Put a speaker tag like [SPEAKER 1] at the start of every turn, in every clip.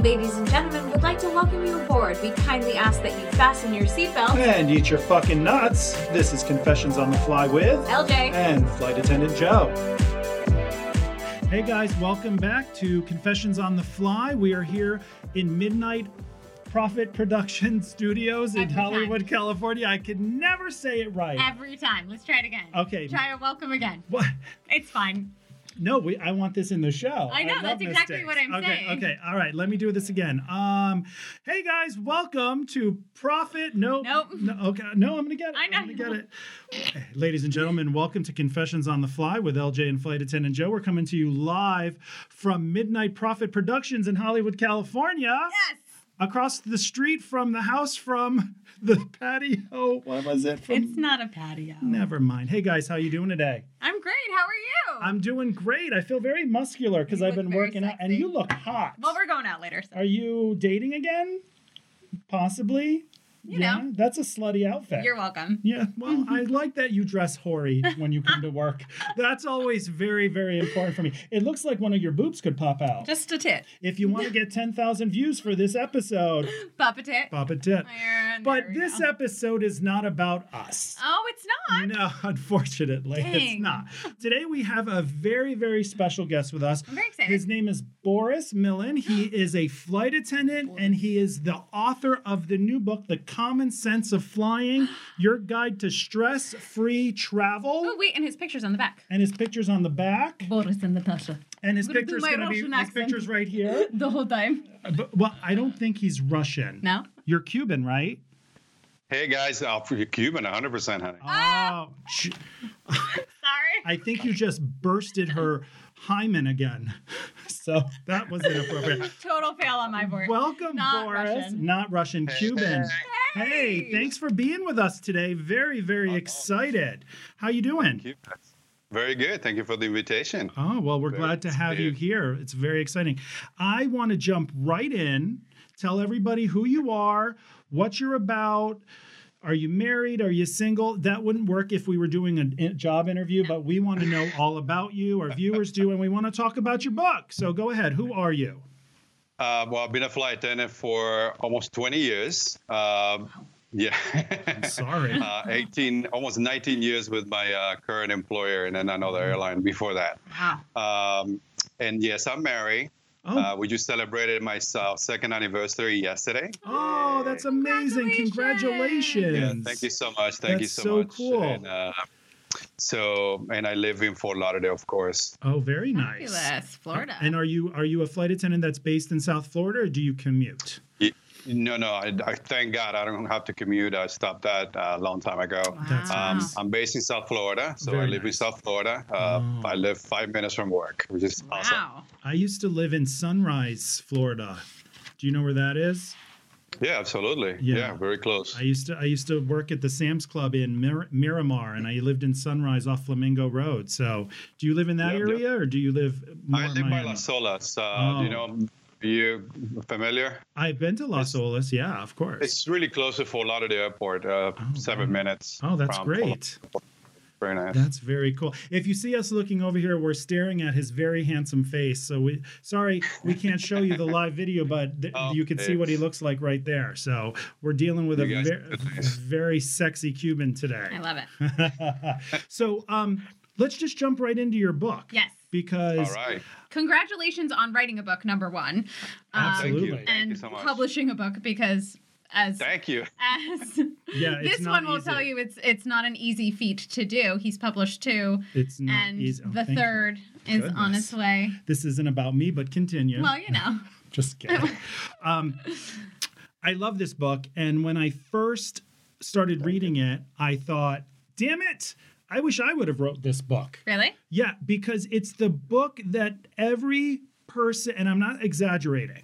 [SPEAKER 1] ladies and gentlemen, would like to welcome you aboard. We kindly ask that you fasten your seatbelt.
[SPEAKER 2] And eat your fucking nuts. This is Confessions on the Fly with
[SPEAKER 1] LJ.
[SPEAKER 2] and Flight Attendant Joe. Hey guys, welcome back to Confessions on the Fly. We are here in Midnight Profit Production Studios in
[SPEAKER 3] Every time.
[SPEAKER 2] Hollywood, California. I could never say it right.
[SPEAKER 3] Every time. Let's try it again.
[SPEAKER 2] Okay.
[SPEAKER 3] Try to welcome again.
[SPEAKER 2] What?
[SPEAKER 3] It's fine.
[SPEAKER 2] No, we, I want this in the show.
[SPEAKER 3] I know,
[SPEAKER 2] love
[SPEAKER 3] that's exactly
[SPEAKER 2] mistakes.
[SPEAKER 3] what I'm
[SPEAKER 2] okay,
[SPEAKER 3] saying.
[SPEAKER 2] Okay, all right, let me do this again. Um, hey guys, welcome to Profit. No,
[SPEAKER 3] Nope.
[SPEAKER 2] no, okay, no, I'm gonna get it.
[SPEAKER 3] I know
[SPEAKER 2] I'm
[SPEAKER 3] you
[SPEAKER 2] gonna
[SPEAKER 3] will.
[SPEAKER 2] get it. Okay, Ladies and gentlemen, welcome to Confessions on the Fly with LJ and Flight Attendant Joe. We're coming to you live from Midnight Profit Productions in Hollywood, California.
[SPEAKER 3] Yes.
[SPEAKER 2] Across the street from the house from the patio. What was it? From
[SPEAKER 3] It's not a patio.
[SPEAKER 2] Never mind. Hey guys, how you doing today?
[SPEAKER 3] I'm great. How are you?
[SPEAKER 2] I'm doing great. I feel very muscular because
[SPEAKER 3] You
[SPEAKER 2] I've
[SPEAKER 3] look
[SPEAKER 2] been
[SPEAKER 3] very
[SPEAKER 2] working out. And
[SPEAKER 3] sexy.
[SPEAKER 2] you look hot.
[SPEAKER 3] well, we're going out later, so
[SPEAKER 2] Are you dating again? Possibly.
[SPEAKER 3] You
[SPEAKER 2] yeah,
[SPEAKER 3] know.
[SPEAKER 2] That's a slutty outfit.
[SPEAKER 3] you're welcome.
[SPEAKER 2] yeah, well, I like that you dress hoary when you come to work. That's always very, very important for me. It looks like one of your boobs could pop out.
[SPEAKER 3] Just a tit.
[SPEAKER 2] if you want to get 10,000 views for this episode,
[SPEAKER 3] Pop a tit.
[SPEAKER 2] pop a tit.
[SPEAKER 3] And
[SPEAKER 2] But
[SPEAKER 3] Oh, there we
[SPEAKER 2] this
[SPEAKER 3] go.
[SPEAKER 2] episode is not about us.
[SPEAKER 3] Oh, it's not.
[SPEAKER 2] No, unfortunately, it's
[SPEAKER 3] Dang.
[SPEAKER 2] not. Today we have a very, very special guest with us.
[SPEAKER 3] I'm very excited.
[SPEAKER 2] His name is Boris Millen. He is a flight attendant and he is the author of the new book, The Common Sense of Flying Your Guide to Stress Free
[SPEAKER 3] Oh,
[SPEAKER 2] Travel.
[SPEAKER 3] wait, and his picture's on the back.
[SPEAKER 2] And his picture's on the back.
[SPEAKER 3] Boris and Natasha.
[SPEAKER 2] And his
[SPEAKER 3] I'm gonna do
[SPEAKER 2] picture's
[SPEAKER 3] my
[SPEAKER 2] going to be
[SPEAKER 3] Russian
[SPEAKER 2] his
[SPEAKER 3] accent.
[SPEAKER 2] picture's right here.
[SPEAKER 3] The whole time.
[SPEAKER 2] Uh, But, well, I don't think he's Russian.
[SPEAKER 3] No?
[SPEAKER 2] You're Cuban, right?
[SPEAKER 4] Hey guys, I'll prove Cuban 100%, honey.
[SPEAKER 2] Oh, sh-
[SPEAKER 3] Sorry.
[SPEAKER 2] I think you just bursted her hymen again. So that was inappropriate.
[SPEAKER 3] Total fail on my board.
[SPEAKER 2] Welcome,
[SPEAKER 3] Not
[SPEAKER 2] Boris.
[SPEAKER 3] Russian.
[SPEAKER 2] Not Russian, Cuban. Hey. thanks for being with us today. Very, very excited. How you doing?
[SPEAKER 4] Cuban. Very good. Thank you for the invitation.
[SPEAKER 2] Oh, well, we're
[SPEAKER 4] Very
[SPEAKER 2] glad to have you
[SPEAKER 4] excited.
[SPEAKER 2] here. It's very exciting. I want to jump right in. Tell everybody who you are, what you're about. Are you married? Are you single? That wouldn't work if we were doing a in- job interview, but we want to know all about you. Our viewers do, and we want to talk about your book. So go ahead. Who are you?
[SPEAKER 4] Uh, well, I've been a flight attendant for almost 20 years. Um, yeah.
[SPEAKER 2] Sorry.
[SPEAKER 4] uh, 18, almost 19 years with my uh, current employer and then another airline before that.
[SPEAKER 3] Wow.
[SPEAKER 4] Um, and yes, I'm married.
[SPEAKER 2] Oh,
[SPEAKER 4] Uh, we just celebrated my uh, second anniversary yesterday.
[SPEAKER 2] Oh, that's amazing. Congratulations.
[SPEAKER 3] Congratulations.
[SPEAKER 4] Yeah, thank you so much. Thank you
[SPEAKER 2] That's
[SPEAKER 4] so,
[SPEAKER 2] so
[SPEAKER 4] much.
[SPEAKER 2] cool.
[SPEAKER 4] And, uh, so, and I live in Fort Lauderdale, of course.
[SPEAKER 2] Oh, very nice.
[SPEAKER 3] Fabulous. Florida.
[SPEAKER 2] And are you are you a flight attendant that's based in South Florida or do you commute?
[SPEAKER 4] No, no. I, I thank God I don't have to commute. I stopped that uh, a long time ago.
[SPEAKER 2] That's
[SPEAKER 4] Um,
[SPEAKER 2] nice.
[SPEAKER 4] I'm based in South Florida, so
[SPEAKER 2] Very
[SPEAKER 4] I live in
[SPEAKER 2] nice.
[SPEAKER 4] South Florida. Uh,
[SPEAKER 2] Oh.
[SPEAKER 4] I live five minutes from work, which is
[SPEAKER 3] Wow.
[SPEAKER 4] awesome.
[SPEAKER 2] I used to live in Sunrise, Florida. Do you know where that is?
[SPEAKER 4] Yeah, absolutely.
[SPEAKER 2] Yeah.
[SPEAKER 4] Yeah, very close.
[SPEAKER 2] I used to I used to work at the Sam's Club in Mir- Miramar and I lived in Sunrise off Flamingo Road. So, do you live in that
[SPEAKER 4] Yep, yep.
[SPEAKER 2] area or do you live more
[SPEAKER 4] I
[SPEAKER 2] in
[SPEAKER 4] live by
[SPEAKER 2] Miami?
[SPEAKER 4] Las Olas. Uh,
[SPEAKER 2] Oh.
[SPEAKER 4] You know, you familiar?
[SPEAKER 2] I've been to Las Olas. Yeah, of course.
[SPEAKER 4] It's really close to Fort Lauderdale Airport. Uh,
[SPEAKER 2] Oh,
[SPEAKER 4] seven
[SPEAKER 2] wow.
[SPEAKER 4] minutes.
[SPEAKER 2] oh, that's
[SPEAKER 4] from Fort
[SPEAKER 2] great.
[SPEAKER 4] Lauderdale. Very nice.
[SPEAKER 2] That's very cool. If you see us looking over here, we're staring at his very handsome face. So we, sorry, we can't show you the live video, but th-
[SPEAKER 4] Oh,
[SPEAKER 2] you can see what he
[SPEAKER 4] it's-
[SPEAKER 2] looks like right there. So we're dealing with a
[SPEAKER 4] You guys
[SPEAKER 2] ver-
[SPEAKER 4] are good.
[SPEAKER 2] very sexy Cuban
[SPEAKER 3] I
[SPEAKER 2] today.
[SPEAKER 3] love it.
[SPEAKER 2] so um, let's just jump right into your book.
[SPEAKER 3] Yes.
[SPEAKER 2] Because
[SPEAKER 4] All right.
[SPEAKER 3] Congratulations on writing a book, number one. Um,
[SPEAKER 2] Absolutely.
[SPEAKER 4] Thank you. Thank
[SPEAKER 3] and
[SPEAKER 4] you so much.
[SPEAKER 3] publishing a book because as
[SPEAKER 4] Thank you.
[SPEAKER 3] as
[SPEAKER 2] yeah, it's
[SPEAKER 3] this
[SPEAKER 2] not
[SPEAKER 3] one will
[SPEAKER 2] easy.
[SPEAKER 3] tell you it's it's not an easy feat to do. He's published two
[SPEAKER 2] it's not
[SPEAKER 3] and
[SPEAKER 2] easy. Oh,
[SPEAKER 3] the
[SPEAKER 2] thank you.
[SPEAKER 3] third is on
[SPEAKER 2] Goodness.
[SPEAKER 3] its way.
[SPEAKER 2] This isn't about me, but continue.
[SPEAKER 3] Well, you know.
[SPEAKER 2] Just kidding. um, I love this book. And when I first started reading it, I thought, damn it, I wish I would have wrote this book.
[SPEAKER 3] Really?
[SPEAKER 2] Yeah, because it's the book that every person, and I'm not exaggerating,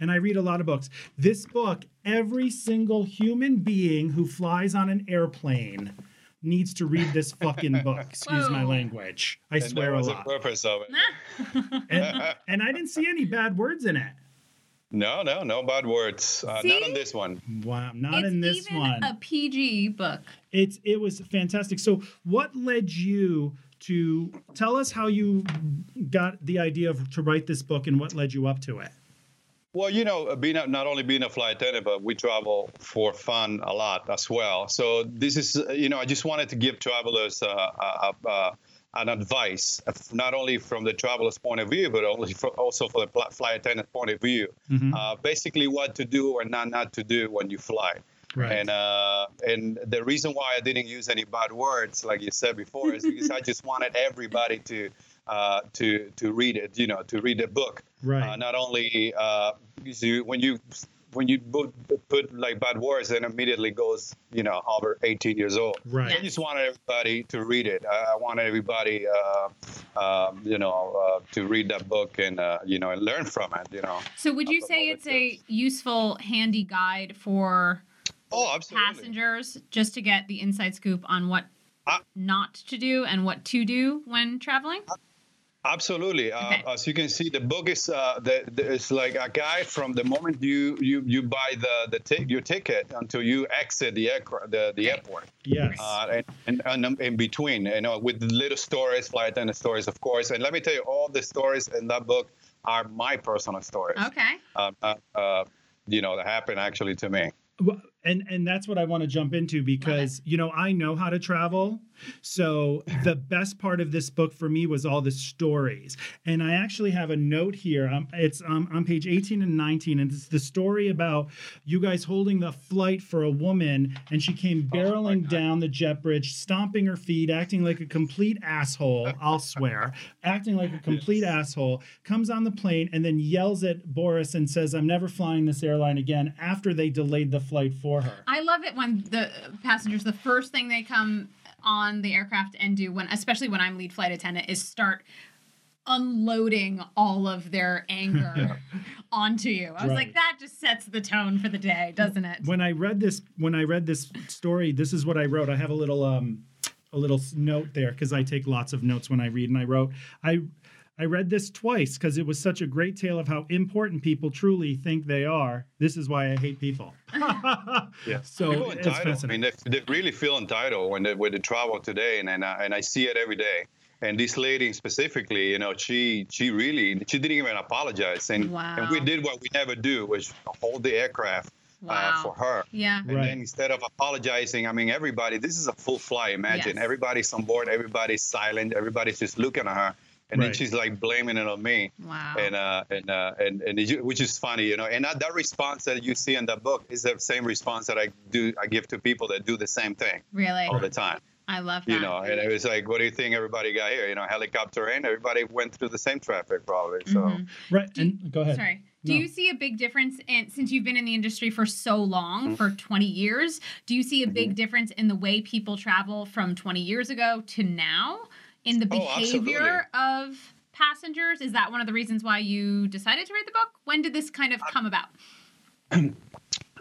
[SPEAKER 2] and I read a lot of books. This book, every single human being who flies on an airplane needs to read this fucking book. Excuse my
[SPEAKER 3] Whoa.
[SPEAKER 2] language. I
[SPEAKER 4] and
[SPEAKER 2] swear
[SPEAKER 4] that
[SPEAKER 2] a
[SPEAKER 4] was
[SPEAKER 2] lot.
[SPEAKER 4] the purpose of it.
[SPEAKER 2] And, and I didn't see any bad words in it.
[SPEAKER 4] No, no, no bad words. Uh, not
[SPEAKER 3] See?
[SPEAKER 4] on this one.
[SPEAKER 2] Wow, not
[SPEAKER 3] it's
[SPEAKER 2] in this
[SPEAKER 3] even
[SPEAKER 2] one.
[SPEAKER 3] a PG book.
[SPEAKER 2] it's it was fantastic so what led you to tell us how you got the idea of to write this book and what led you up to it
[SPEAKER 4] Well, you know, being a, not only being a flight attendant, but we travel for fun a lot as well. So this is, uh, you know, I just wanted to give travelers uh, a, a, a, an advice, uh, not only from the traveler's point of view, but only for, also for the pl- flight attendant point of view.
[SPEAKER 2] Mm-hmm.
[SPEAKER 4] Uh, basically, what to do or not not to do when you fly.
[SPEAKER 2] Right.
[SPEAKER 4] And uh, and the reason why I didn't use any bad words, like you said before, is because I just wanted everybody to uh, to to read it, you know, to read the book.
[SPEAKER 2] Right.
[SPEAKER 4] Uh, not only uh, because you, when you when you put, put like bad words, then immediately goes, you know, over 18 years old.
[SPEAKER 2] Right.
[SPEAKER 4] I just wanted everybody to read it. I, I wanted everybody, uh, um, you know, uh, to read that book and uh, you know and learn from it. You know.
[SPEAKER 3] So would you
[SPEAKER 4] Up
[SPEAKER 3] say
[SPEAKER 4] above
[SPEAKER 3] it's
[SPEAKER 4] the
[SPEAKER 3] a useful, handy guide for
[SPEAKER 4] Oh, absolutely.
[SPEAKER 3] passengers just to get the inside scoop on what
[SPEAKER 4] Uh,
[SPEAKER 3] not to do and what to do when traveling?
[SPEAKER 4] Absolutely. Uh,
[SPEAKER 3] Okay.
[SPEAKER 4] As you can see, the book is uh, the, the, it's like a guide from the moment you you, you buy the the t- your ticket until you exit the aircraft, the, the airport,
[SPEAKER 2] Yes.
[SPEAKER 4] uh, and, and, and um, in between, you know, with little stories, flight attendant stories, of course. And let me tell you, all the stories in that book are my personal stories.
[SPEAKER 3] Okay.
[SPEAKER 4] Um, uh, uh, you know, that happened actually to me.
[SPEAKER 2] Well, and and that's what I want to jump into because you know I know how to travel. So the best part of this book for me was all the stories. And I actually have a note here. Um, it's um, on page 18 and 19 and it's the story about you guys holding the flight for a woman and she came barreling down the jet bridge, stomping her feet, acting like a complete asshole, I'll swear, acting like a complete asshole, comes on the plane and then yells at Boris and says, "I'm never flying this airline again" after they delayed the flight for her.
[SPEAKER 3] I love it when the passengers, the first thing they come on the aircraft and do when, especially when I'm lead flight attendant, is start unloading all of their anger onto you. I was
[SPEAKER 2] Right.
[SPEAKER 3] like, that just sets the tone for the day, doesn't it?
[SPEAKER 2] when I read this when I read this story, this is what I wrote. I have a little um a little s- note there because I take lots of notes when I read, and I wrote I. I read this twice because it was such a great tale of how important people truly think they are. This is why I hate people.
[SPEAKER 4] Yeah.
[SPEAKER 2] So
[SPEAKER 4] People
[SPEAKER 2] it's
[SPEAKER 4] entitled. I mean,
[SPEAKER 2] fascinating.
[SPEAKER 4] they, they really feel entitled when they when they travel today, and and I, and I see it every day. And this lady specifically, you know, she she really she didn't even apologize, and and we
[SPEAKER 3] Wow.
[SPEAKER 4] did what we never do, which hold the aircraft uh,
[SPEAKER 3] Wow.
[SPEAKER 4] for her.
[SPEAKER 3] Yeah.
[SPEAKER 4] And
[SPEAKER 2] Right.
[SPEAKER 4] then instead of apologizing, I mean, everybody, this is a full flight. Imagine
[SPEAKER 3] Yes.
[SPEAKER 4] everybody's on board, everybody's silent, everybody's just looking at her, and then
[SPEAKER 2] Right.
[SPEAKER 4] she's like blaming it on me
[SPEAKER 3] Wow.
[SPEAKER 4] and uh, and uh, and and it, which is funny, you know. And that, that response that you see in the book is the same response that I do I give to people that do the same thing
[SPEAKER 3] really?
[SPEAKER 4] all the time,
[SPEAKER 3] I love that.
[SPEAKER 4] you know. And it was like, what do you think everybody got here? You know, helicopter in, everybody went through the same traffic probably. So
[SPEAKER 3] Mhm.
[SPEAKER 2] Right.
[SPEAKER 3] Do you-
[SPEAKER 2] And go ahead.
[SPEAKER 3] Sorry. Do
[SPEAKER 2] No.
[SPEAKER 3] you see a big difference in since you've been in the industry for so long, for 20 years, do you see a big difference in the way people travel from 20 years ago to now in the
[SPEAKER 4] Oh, absolutely.
[SPEAKER 3] behavior of passengers? Is that one of the reasons why you decided to write the book? When did this kind of come about?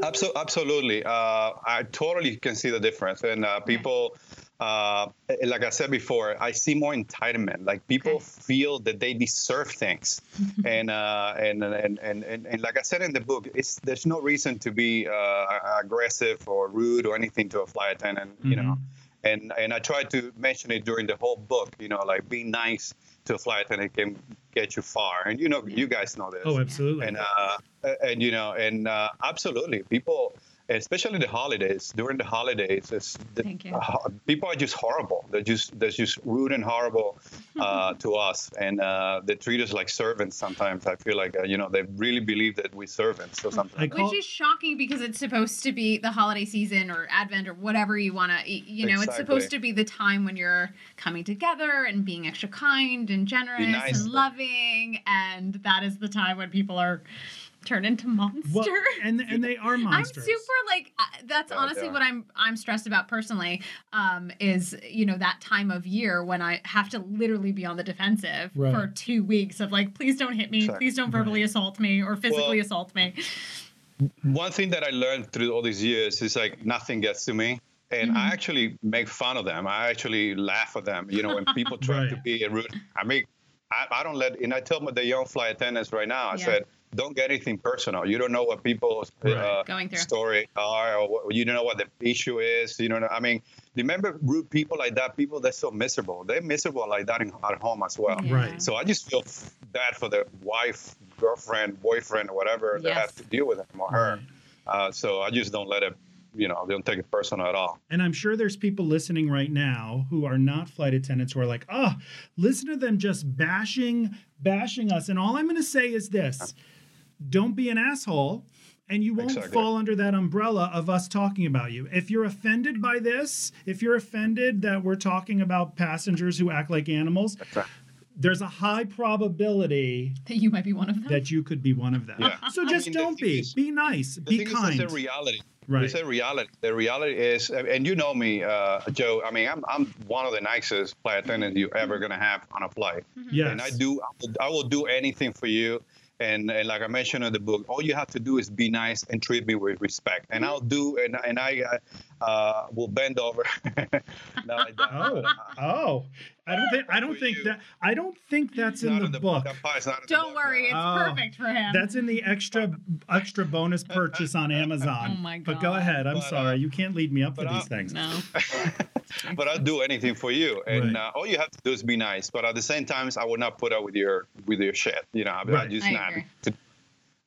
[SPEAKER 4] Abso- absolutely. Uh, I totally can see the difference. And uh, people, uh, like I said before, I see more entitlement. Like people
[SPEAKER 3] Okay.
[SPEAKER 4] feel that they deserve things. and, uh, and, and, and, and, and like I said in the book, it's, there's no reason to be uh, aggressive or rude or anything to a flight attendant, you
[SPEAKER 2] Mm-hmm.
[SPEAKER 4] know. And, and I tried to mention it during the whole book, you know, like being nice to a flight attendant can get you far. And you know, you guys know this
[SPEAKER 2] Oh, absolutely.
[SPEAKER 4] and uh, and you know and uh, absolutely people especially the holidays during the holidays it's the,
[SPEAKER 3] Thank you.
[SPEAKER 4] uh, ho- people are just horrible they're just they're just rude and horrible uh, to us and uh, they treat us like servants sometimes i feel like uh, you know they really believe that we're servants or something
[SPEAKER 2] Like- Call-
[SPEAKER 3] Which is shocking because it's supposed to be the holiday season or Advent or whatever you want to, you know, it's
[SPEAKER 4] Exactly.
[SPEAKER 3] supposed to be the time when you're coming together and being extra kind and generous
[SPEAKER 4] nice.
[SPEAKER 3] and loving. And that is the time when people are turned into monsters.
[SPEAKER 2] Well, and and they are monsters.
[SPEAKER 3] I'm super like uh, that's
[SPEAKER 4] Oh, Yeah, they
[SPEAKER 3] honestly
[SPEAKER 4] are.
[SPEAKER 3] what I'm I'm stressed about personally um is you know that time of year when I have to literally be on the defensive
[SPEAKER 2] Right.
[SPEAKER 3] for 2 weeks of like please don't hit me
[SPEAKER 4] Exactly.
[SPEAKER 3] please don't verbally assault me or physically
[SPEAKER 4] Well-
[SPEAKER 3] assault me
[SPEAKER 4] one thing that I learned through all these years is like nothing gets to me. And
[SPEAKER 2] Mm-hmm.
[SPEAKER 4] I actually make fun of them. I actually laugh at them. You know, when people try
[SPEAKER 2] Right.
[SPEAKER 4] to be rude, I mean, I, I don't let. And I tell my- the young flight attendants right now. I
[SPEAKER 3] Yeah.
[SPEAKER 4] said, don't get anything personal. You don't know what people's uh,
[SPEAKER 2] Right.
[SPEAKER 3] Going through.
[SPEAKER 4] story are, or what, you don't know what the issue is. You don't know. I mean, remember rude people like that? People that's so miserable. They're miserable like that in, at home as well.
[SPEAKER 2] Right.
[SPEAKER 4] So I just feel f- bad for the wife, girlfriend, boyfriend, or whatever that
[SPEAKER 3] Yes.
[SPEAKER 4] have to deal with him or her. Uh, so I just don't let it, you know, I don't take it personal at all.
[SPEAKER 2] And I'm sure there's people listening right now who are not flight attendants who are like, oh, listen to them just bashing, bashing us. And all I'm going to say is this don't be an asshole, and you won't
[SPEAKER 4] Exactly.
[SPEAKER 2] fall under that umbrella of us talking about you. If you're offended by this, if you're offended that we're talking about passengers who act like animals, there's a high probability
[SPEAKER 3] that you might be one of them.
[SPEAKER 2] that you could be one of them.
[SPEAKER 4] Yeah.
[SPEAKER 2] So
[SPEAKER 4] I
[SPEAKER 2] just
[SPEAKER 4] mean, the
[SPEAKER 2] don't
[SPEAKER 4] thing
[SPEAKER 2] be.
[SPEAKER 4] is-
[SPEAKER 2] be nice.
[SPEAKER 4] The
[SPEAKER 2] Be
[SPEAKER 4] thing is,
[SPEAKER 2] kind.
[SPEAKER 4] it's a reality.
[SPEAKER 2] right.
[SPEAKER 4] It's a reality. The reality is, and you know me, uh, Joe. I mean, I'm I'm one of the nicest flight attendants you're ever gonna have on a flight.
[SPEAKER 2] Yes.
[SPEAKER 4] "Hmm," And I do, I will, I will do anything for you. And, and like I mentioned in the book, all you have to do is be nice and treat me with respect. And I'll do, and, and I uh, uh, will bend over. Not like that.
[SPEAKER 2] Oh, oh! I don't think I don't
[SPEAKER 4] For
[SPEAKER 2] think
[SPEAKER 4] you.
[SPEAKER 2] that I don't think that's in
[SPEAKER 4] Not
[SPEAKER 2] the, book.
[SPEAKER 4] That part's not in the
[SPEAKER 3] Don't
[SPEAKER 4] book,
[SPEAKER 3] worry, it's
[SPEAKER 4] no.
[SPEAKER 2] Oh.
[SPEAKER 3] perfect for him.
[SPEAKER 2] That's in the extra extra bonus purchase on Amazon.
[SPEAKER 3] Oh my
[SPEAKER 2] But go
[SPEAKER 3] God.
[SPEAKER 2] ahead. I'm
[SPEAKER 4] But, uh,
[SPEAKER 2] sorry. You can't lead me up for
[SPEAKER 4] but, uh,
[SPEAKER 2] these things.
[SPEAKER 3] no.
[SPEAKER 4] But I'll do anything for you, and
[SPEAKER 2] Right.
[SPEAKER 4] uh, all you have to do is be nice. But at the same time, I will not put up with your with your shit. You know, I, I
[SPEAKER 2] Right.
[SPEAKER 4] just
[SPEAKER 3] I
[SPEAKER 4] not.
[SPEAKER 3] agree.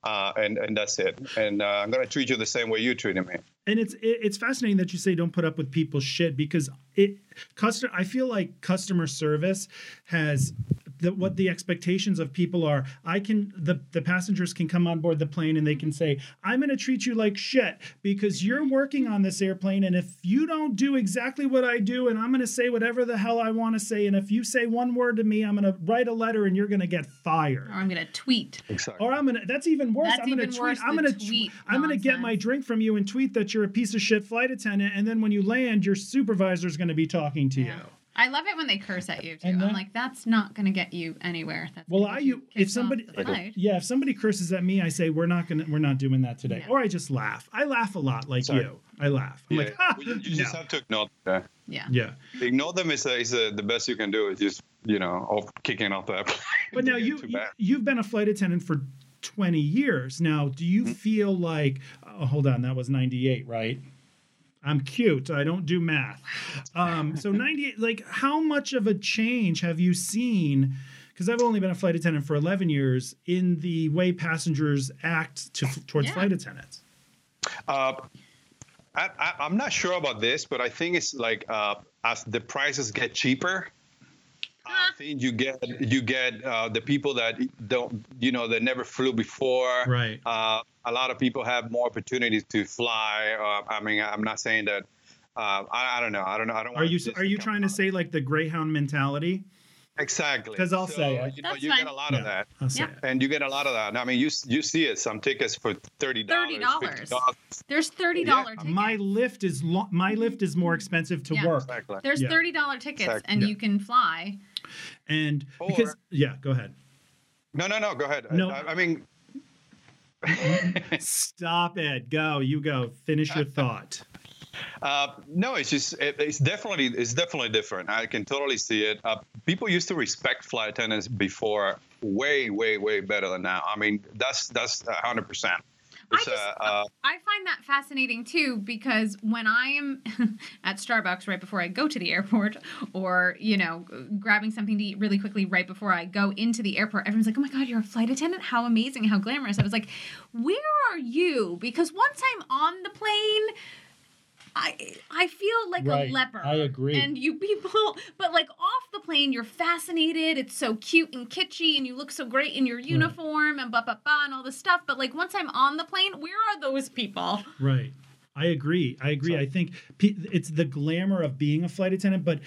[SPEAKER 4] Uh, and and that's it. And uh, I'm gonna treat you the same way you treated me.
[SPEAKER 2] And it's it, it's fascinating that you say don't put up with people's shit because it customer I feel like customer service has the, what the expectations of people are. I can the the passengers can come on board the plane and they can say I'm going to treat you like shit because you're working on this airplane and if you don't do exactly what I do and I'm going to say whatever the hell I want to say and if you say one word to me I'm going to write a letter and you're going to get fired.
[SPEAKER 3] Or I'm gonna tweet.
[SPEAKER 4] Exactly.
[SPEAKER 2] Or I'm gonna. That's even worse.
[SPEAKER 3] That's
[SPEAKER 2] I'm gonna
[SPEAKER 3] even
[SPEAKER 2] tweet.
[SPEAKER 3] worse,
[SPEAKER 2] I'm
[SPEAKER 3] the
[SPEAKER 2] gonna. tw-
[SPEAKER 3] tweet
[SPEAKER 2] I'm gonna get my
[SPEAKER 3] nonsense.
[SPEAKER 2] drink from you and tweet that you're a piece of shit flight attendant, and then when you land, your supervisor's gonna be talking to you.
[SPEAKER 3] I love it when they curse at you too.
[SPEAKER 2] And that-
[SPEAKER 3] I'm like, that's not gonna get you anywhere. That's
[SPEAKER 2] Well,
[SPEAKER 3] gonna
[SPEAKER 2] I
[SPEAKER 3] get you
[SPEAKER 2] you if
[SPEAKER 3] kicked off
[SPEAKER 2] somebody
[SPEAKER 3] the flight.
[SPEAKER 2] yeah if somebody curses at me, I say we're not gonna we're not doing that today,
[SPEAKER 3] Yeah.
[SPEAKER 2] or I just laugh. I laugh a lot, like
[SPEAKER 4] Sorry.
[SPEAKER 2] you. I laugh. I'm
[SPEAKER 4] Yeah.
[SPEAKER 2] like, "Ah,
[SPEAKER 4] Well, you, you just
[SPEAKER 2] no."
[SPEAKER 4] have to ignore that.
[SPEAKER 3] yeah.
[SPEAKER 2] yeah.
[SPEAKER 4] ignore them is, a, is a, the best you can do is just you know off kicking off the airplane.
[SPEAKER 2] But now
[SPEAKER 4] Again,
[SPEAKER 2] you,
[SPEAKER 4] too
[SPEAKER 2] you
[SPEAKER 4] bad.
[SPEAKER 2] you've been a flight attendant for 20 years. Now, do you
[SPEAKER 4] Mm-hmm.
[SPEAKER 2] feel like oh, hold on, that was 98, right? I'm cute. I don't do math. Um, so 98 like how much of a change have you seen cuz I've only been a flight attendant for 11 years in the way passengers act to, towards
[SPEAKER 3] Yeah.
[SPEAKER 2] flight attendants?
[SPEAKER 4] Uh, I, I, I'm not sure about this, but I think it's like uh, as the prices get cheaper, I think you get you get uh, the people that don't you know that never flew before.
[SPEAKER 2] Right.
[SPEAKER 4] Uh, a lot of people have more opportunities to fly. Uh, I mean, I'm not saying that. Uh, I, I don't know. I don't know. I don't.
[SPEAKER 2] Are
[SPEAKER 4] wanna
[SPEAKER 2] you
[SPEAKER 4] just
[SPEAKER 2] are you
[SPEAKER 4] come
[SPEAKER 2] trying to
[SPEAKER 4] out.
[SPEAKER 2] say like the greyhound mentality?
[SPEAKER 4] exactly?
[SPEAKER 2] 'Cause I'll say it.
[SPEAKER 4] you, know,
[SPEAKER 3] That's
[SPEAKER 4] you get
[SPEAKER 3] fine.
[SPEAKER 4] a lot
[SPEAKER 2] Yeah.
[SPEAKER 4] of that.
[SPEAKER 2] I'll say
[SPEAKER 3] Yeah.
[SPEAKER 2] it.
[SPEAKER 4] And you get a lot of that. I mean, you you see it. Some tickets for thirty dollars,
[SPEAKER 3] $30.
[SPEAKER 4] $50.
[SPEAKER 3] There's thirty dollar tickets.
[SPEAKER 2] My lift is lo- my lift is more expensive to
[SPEAKER 3] Mm-hmm. Yeah.
[SPEAKER 2] work.
[SPEAKER 4] Exactly.
[SPEAKER 3] There's
[SPEAKER 2] Yeah.
[SPEAKER 3] thirty dollar tickets,
[SPEAKER 4] Exactly.
[SPEAKER 3] and
[SPEAKER 2] Yeah.
[SPEAKER 3] you can fly.
[SPEAKER 2] And
[SPEAKER 4] Or-
[SPEAKER 2] because yeah, go ahead.
[SPEAKER 4] No, no, no. Go ahead.
[SPEAKER 2] No.
[SPEAKER 4] I, I mean,
[SPEAKER 2] Stop it. Go. You go. Finish your thought.
[SPEAKER 4] Uh, no, it's just it, it's definitely it's definitely different. I can totally see it. Uh, people used to respect flight attendants before way, way, way better than now. I mean, that's that's hundred percent. It's
[SPEAKER 3] just-
[SPEAKER 4] uh, uh,
[SPEAKER 3] I find that fascinating too because when I am at Starbucks right before I go to the airport or, you know, grabbing something to eat really quickly right before I go into the airport, everyone's like, oh my God, you're a flight attendant? How amazing, how glamorous. I was like, where are you? Because once I'm on the plane, I, I feel like
[SPEAKER 2] Right.
[SPEAKER 3] a leper.
[SPEAKER 2] I agree.
[SPEAKER 3] And you people, but like off the plane, you're fascinated. It's so cute and kitschy, and you look so great in your uniform and blah blah blah and all this stuff. But like once I'm on the plane, where are those people?
[SPEAKER 2] Right. I agree. I agree. I think pe- it's the glamour of being a flight attendant, but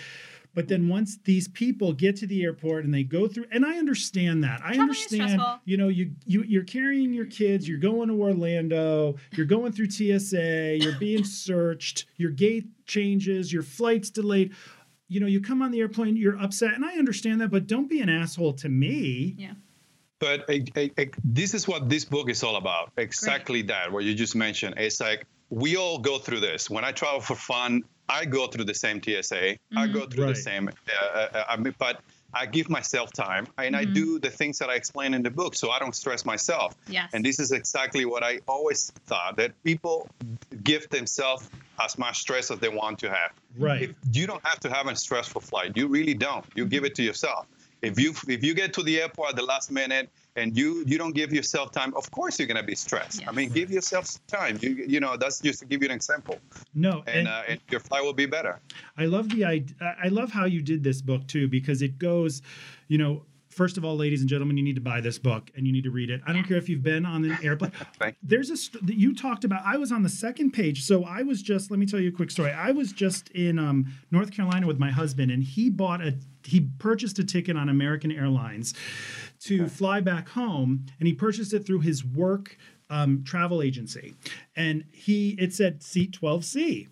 [SPEAKER 2] but then once these people get to the airport and they go through and I understand that. I
[SPEAKER 3] Traveling is
[SPEAKER 2] understand,
[SPEAKER 3] stressful.
[SPEAKER 2] you know, you, you you're carrying your kids, you're going to Orlando, you're going through TSA, you're being searched, your gate changes, your flight's delayed. You know, you come on the airplane, you're upset, and I understand that, but don't be an asshole to me.
[SPEAKER 3] Yeah.
[SPEAKER 4] but eh, eh, eh, this is what this book is all about. Exactly that. What you just mentioned. It's like we all go through this. When I travel for fun, I go through the same TSA. I go through
[SPEAKER 2] Right.
[SPEAKER 4] the same. Uh, uh, I mean, but I give myself time, and I do the things that I explain in the book, so I don't stress myself.
[SPEAKER 3] Yes.
[SPEAKER 4] And this is exactly what I always thought that people give themselves as much stress as they want to have.
[SPEAKER 2] Right.
[SPEAKER 4] If you don't have to have a stressful flight, you really don't. You give it to yourself. If you if you get to the airport at the last minute and you you don't give yourself time, of course you're gonna be stressed. I
[SPEAKER 3] Yes.
[SPEAKER 4] mean, give yourself some time. You you know that's just to give you an example,
[SPEAKER 2] No,
[SPEAKER 4] and uh, and your flight will be better.
[SPEAKER 2] I love the id- I love how you did this book too because it goes, you know, first of all, ladies and gentlemen, you need to buy this book and you need to read it. I don't care if you've been on an airplane.
[SPEAKER 4] Thank
[SPEAKER 2] There's a st- that you talked about. I was on the second page, so I was just. Let me tell you a quick story. I was just in um, North Carolina with my husband, and he bought a he purchased a ticket on American Airlines to fly back home, and he purchased it through his work um, travel agency, and he it said seat twelve C.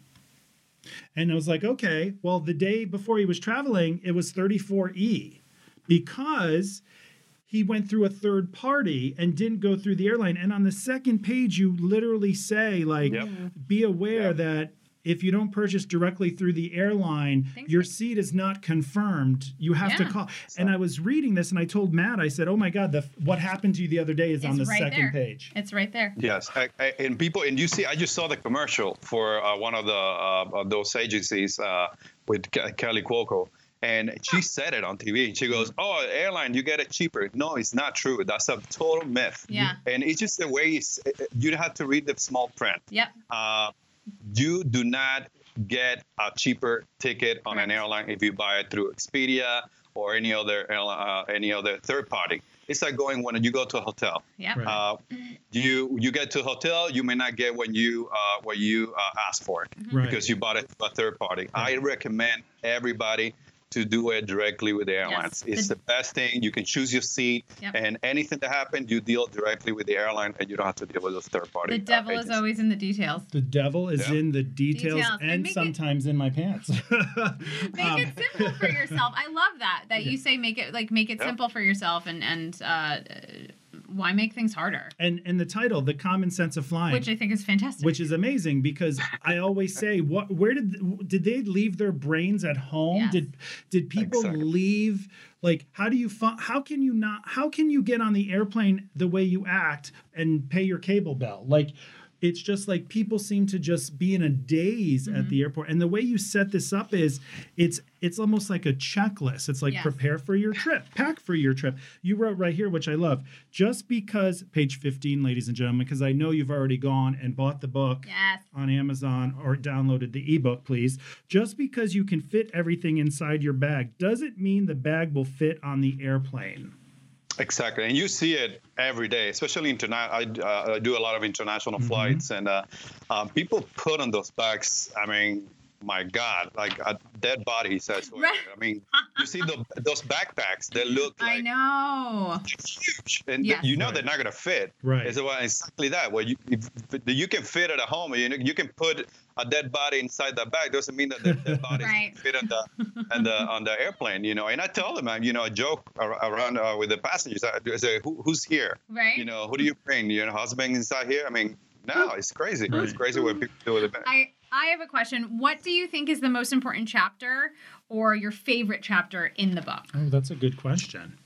[SPEAKER 2] And I was like, okay, well, the day before he was traveling, it was 34E because he went through a third party and didn't go through the airline. And on the second page, you literally say, like,
[SPEAKER 4] Yep.
[SPEAKER 2] be aware
[SPEAKER 4] Yeah.
[SPEAKER 2] that if you don't purchase directly through the airline,
[SPEAKER 3] Thanks,
[SPEAKER 2] your
[SPEAKER 3] Mike.
[SPEAKER 2] seat is not confirmed. You have to
[SPEAKER 3] Yeah.
[SPEAKER 2] call. And I was reading this and I told Matt, I said, oh my God, the, what happened to you the other day is on the
[SPEAKER 3] It's right
[SPEAKER 2] second
[SPEAKER 3] there.
[SPEAKER 2] page.
[SPEAKER 3] It's right there.
[SPEAKER 4] Yes, I, I, and people, and you see, I just saw the commercial for uh, one of the uh, of those agencies uh, with Ke- Kelly Cuoco, and she said it on TV. And she goes, "Oh, airline, you get it cheaper." No, it's not true. That's a total myth.
[SPEAKER 3] Yeah.
[SPEAKER 4] and it's just the way it's, you have to read the small print.
[SPEAKER 3] Yep.
[SPEAKER 4] Uh, you do not get a cheaper ticket on an
[SPEAKER 3] Correct.
[SPEAKER 4] airline if you buy it through Expedia or any other airli- uh, any other third party. It's like going when you go to a hotel.
[SPEAKER 3] Yep.
[SPEAKER 2] Right.
[SPEAKER 4] Uh, you you get to a hotel, you may not get when you uh, what you uh, asked for
[SPEAKER 2] Right.
[SPEAKER 4] because you bought it from a third party. I recommend everybody to do it directly with the airlines. It's
[SPEAKER 3] The-
[SPEAKER 4] the best thing. You can choose your seat,
[SPEAKER 3] Yep.
[SPEAKER 4] and anything that happened, you deal directly with the airline, and you don't have to deal with those third party. uh,
[SPEAKER 3] The devil is always in the details.
[SPEAKER 2] The devil is
[SPEAKER 4] Yeah.
[SPEAKER 2] in the details,
[SPEAKER 3] Details, and
[SPEAKER 2] and
[SPEAKER 3] make it-
[SPEAKER 2] sometimes in my pants.
[SPEAKER 3] Make
[SPEAKER 2] Um,
[SPEAKER 3] it simple for yourself. I love that that you say make it like make it
[SPEAKER 4] Yeah.
[SPEAKER 3] simple for yourself and and uh, uh, why make things harder,
[SPEAKER 2] and and the title, the common sense of flying,
[SPEAKER 3] which I think is fantastic.
[SPEAKER 2] which is amazing because I always say, what? Where did did they leave their brains at home?
[SPEAKER 3] Yes.
[SPEAKER 2] Did did people
[SPEAKER 4] Exactly.
[SPEAKER 2] leave? Like, how do you? Fu- how can you not? How can you get on the airplane the way you act and pay your cable bill? Like. It's just like people seem to just be in a daze
[SPEAKER 3] Mm-hmm.
[SPEAKER 2] at the airport, and the way you set this up is, it's it's almost like a checklist. It's like
[SPEAKER 3] Yes.
[SPEAKER 2] prepare. prepare for your trip, pack for your trip. You wrote right here, which I love, just because, page 15, ladies and gentlemen, because I know you've already gone and bought the book
[SPEAKER 3] yes.
[SPEAKER 2] on Amazon or downloaded the ebook, please. Just because you can fit everything inside your bag doesn't mean the bag will fit on the airplane.
[SPEAKER 4] Exactly, and you see it every day, especially international. I, uh, I do a lot of international flights, and uh, um, people put on those bags. I mean, my God, like uh, dead bodies. I swear.
[SPEAKER 3] Right.
[SPEAKER 4] I mean, you see the, those backpacks that look
[SPEAKER 3] I
[SPEAKER 4] like
[SPEAKER 3] know.
[SPEAKER 4] huge, and
[SPEAKER 3] Yes.
[SPEAKER 4] you know
[SPEAKER 2] Right.
[SPEAKER 4] they're not gonna fit.
[SPEAKER 2] Right.
[SPEAKER 4] It's about- exactly that. Well, you if, you can fit it at home. You know, you can put a dead body inside the bag. Doesn't mean that the dead body
[SPEAKER 3] Right.
[SPEAKER 4] fit on the, on the on the airplane. You know, and I tell them, I, you know, a joke ar- around uh, with the passengers. I I say, Who, who's here?
[SPEAKER 3] Right.
[SPEAKER 4] You know, who do you bring? Your husband inside here? I mean, no, it's crazy. It's
[SPEAKER 2] Right.
[SPEAKER 4] crazy what people do with it.
[SPEAKER 3] I I have a question. What do you think is the most important chapter or your favorite chapter in the book?
[SPEAKER 2] Oh, that's a good question.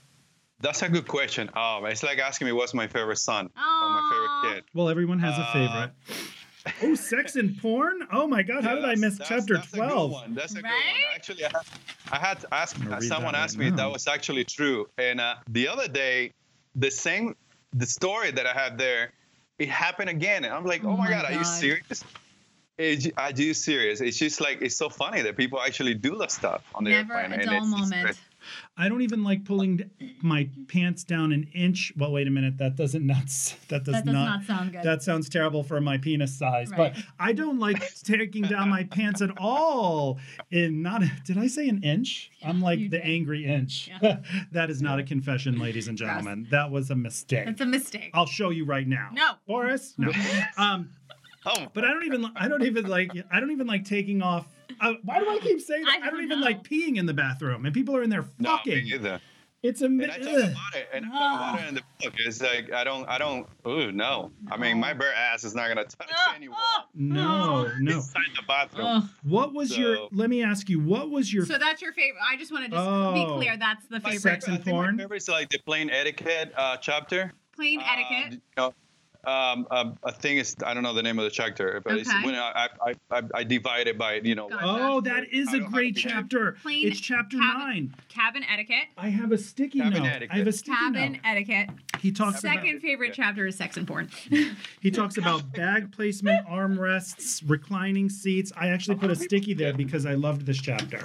[SPEAKER 4] That's a good question. Um, it's like asking me what's my favorite son or my
[SPEAKER 3] Aw.
[SPEAKER 4] favorite kid.
[SPEAKER 2] Well, everyone has a
[SPEAKER 4] Uh,
[SPEAKER 2] favorite. oh, sex and porn? Oh my God, how
[SPEAKER 4] Yeah,
[SPEAKER 2] did I
[SPEAKER 4] that's-
[SPEAKER 2] miss
[SPEAKER 4] that's-
[SPEAKER 2] chapter
[SPEAKER 4] that's a good
[SPEAKER 2] 12?
[SPEAKER 4] one. That's a good
[SPEAKER 3] Right?
[SPEAKER 4] one. Actually, I had, I had to ask uh,
[SPEAKER 2] gonna read
[SPEAKER 4] someone
[SPEAKER 2] that
[SPEAKER 4] asked
[SPEAKER 2] right
[SPEAKER 4] me if
[SPEAKER 2] now.
[SPEAKER 4] that was actually true, and uh, the other day, the same the story that I had there, it happened again, and I'm like, oh,
[SPEAKER 3] Oh
[SPEAKER 4] my
[SPEAKER 3] my
[SPEAKER 4] god, are you
[SPEAKER 3] God.
[SPEAKER 4] serious? Is, are you serious? It's just like it's so funny that people actually do that stuff on the
[SPEAKER 3] Never
[SPEAKER 4] airplane.
[SPEAKER 3] a
[SPEAKER 4] and
[SPEAKER 3] dull
[SPEAKER 4] it's- it's
[SPEAKER 3] moment.
[SPEAKER 4] crazy.
[SPEAKER 2] I don't even like pulling d- my pants down an inch. Well, wait a minute. That doesn't not s- that does,
[SPEAKER 3] That does
[SPEAKER 2] not,
[SPEAKER 3] not sound good.
[SPEAKER 2] That sounds terrible for my penis size. But
[SPEAKER 3] Right.
[SPEAKER 2] I don't like taking down my pants at all. In not did I say an inch? I'm like
[SPEAKER 3] you
[SPEAKER 2] the
[SPEAKER 3] did.
[SPEAKER 2] angry inch. that is not a confession, ladies and gentlemen. That was a mistake.
[SPEAKER 3] That's a mistake.
[SPEAKER 2] I'll show you right now.
[SPEAKER 3] No.
[SPEAKER 2] Boris. No. um,
[SPEAKER 4] Oh,
[SPEAKER 2] but I don't even. I don't even like. I don't even like taking off. Uh, why do I keep saying that?
[SPEAKER 3] I
[SPEAKER 2] I don't,
[SPEAKER 3] don't
[SPEAKER 2] even
[SPEAKER 3] know.
[SPEAKER 2] like peeing in the bathroom, and people are in there
[SPEAKER 4] no, me
[SPEAKER 2] fucking.
[SPEAKER 4] neither.
[SPEAKER 2] it's a.
[SPEAKER 4] And I talk about it, and I talk about it in the book. It's like I don't, I don't. Ooh, no. I mean, my bare ass is not gonna touch anyone
[SPEAKER 2] no, no.
[SPEAKER 4] inside the bathroom.
[SPEAKER 3] Ugh.
[SPEAKER 2] What was your?
[SPEAKER 4] So-
[SPEAKER 2] Let me ask you. What was your?
[SPEAKER 3] So that's your favorite. I just want to just be
[SPEAKER 2] Oh.
[SPEAKER 3] clear. That's the
[SPEAKER 4] My
[SPEAKER 3] favorite.
[SPEAKER 2] Sex
[SPEAKER 4] favorite-
[SPEAKER 2] and
[SPEAKER 4] I think
[SPEAKER 2] porn? Ah.
[SPEAKER 4] My favorite is like the plain etiquette uh, chapter.
[SPEAKER 3] Plain
[SPEAKER 4] Uh,
[SPEAKER 3] etiquette.
[SPEAKER 4] you know, um, a, a thing is I don't know the name of the chapter, but it's
[SPEAKER 3] Okay.
[SPEAKER 4] when I, I, I, I divide it by you know.
[SPEAKER 3] Gotcha.
[SPEAKER 2] Oh, that is a
[SPEAKER 4] I don't have
[SPEAKER 2] great
[SPEAKER 4] to be-
[SPEAKER 2] chapter.
[SPEAKER 3] Plain
[SPEAKER 2] it's chapter
[SPEAKER 3] cabin-
[SPEAKER 2] nine.
[SPEAKER 3] Cabin etiquette.
[SPEAKER 2] I have a sticky
[SPEAKER 4] Cabin
[SPEAKER 2] note.
[SPEAKER 4] etiquette.
[SPEAKER 2] I have a sticky
[SPEAKER 3] Cabin
[SPEAKER 2] note.
[SPEAKER 3] etiquette.
[SPEAKER 2] He talks
[SPEAKER 3] Second
[SPEAKER 2] about
[SPEAKER 3] favorite chapter is sex and porn.
[SPEAKER 2] he talks about bag placement, armrests, reclining seats. I actually put a sticky there because I loved this chapter.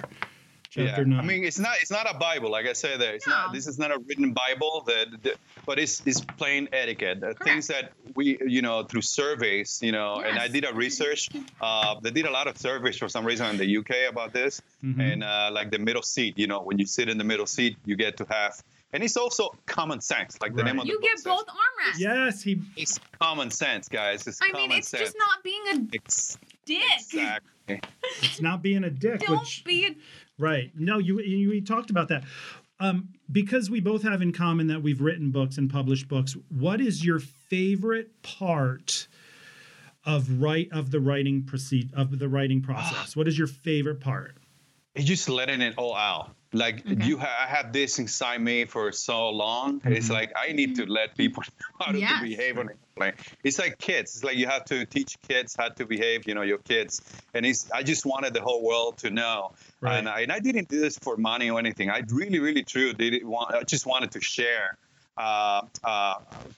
[SPEAKER 2] Chapter
[SPEAKER 4] Yeah.
[SPEAKER 2] nine.
[SPEAKER 4] I mean, it's not it's not a Bible, like I said there. It's not
[SPEAKER 3] No.
[SPEAKER 4] this is not a written Bible that, that- but it's it's plain etiquette. Uh, things that we you know through surveys, you know, and I
[SPEAKER 3] Yes.
[SPEAKER 4] did a research. Uh, they did a lot of surveys for some reason in the UK about this,
[SPEAKER 2] Mhm.
[SPEAKER 4] and uh, like the middle seat, you know, when you sit in the middle seat, you get to have, and it's also common sense, like the name
[SPEAKER 2] Right.
[SPEAKER 4] of the
[SPEAKER 3] you
[SPEAKER 4] book
[SPEAKER 3] get
[SPEAKER 4] says.
[SPEAKER 3] both armrests.
[SPEAKER 2] yes, he
[SPEAKER 4] It's common sense, guys. It's
[SPEAKER 3] I
[SPEAKER 4] common
[SPEAKER 3] mean, it's
[SPEAKER 4] sense.
[SPEAKER 3] just not being a
[SPEAKER 4] It's
[SPEAKER 3] dick.
[SPEAKER 4] exactly.
[SPEAKER 2] it's not being a dick,
[SPEAKER 3] Don't
[SPEAKER 2] which
[SPEAKER 3] be a
[SPEAKER 2] right. No, you you we talked about that. Um, because we both have in common that we've written books and published books, what is your favorite part of write of the writing proceed of the writing process? What is your favorite part?
[SPEAKER 4] it's just letting it all out. Like
[SPEAKER 3] Okay.
[SPEAKER 4] you, ha- I have this inside me for so long. It's like I need to let people know how to
[SPEAKER 3] Yes.
[SPEAKER 4] behave on an airplane. It's like kids. It's like you have to teach kids how to behave. You know your kids, and it's. I just wanted the whole world to know.
[SPEAKER 2] Right.
[SPEAKER 4] And, I, and I didn't do this for money or anything. I really, really, true. Did it want? I just wanted to share uh, uh,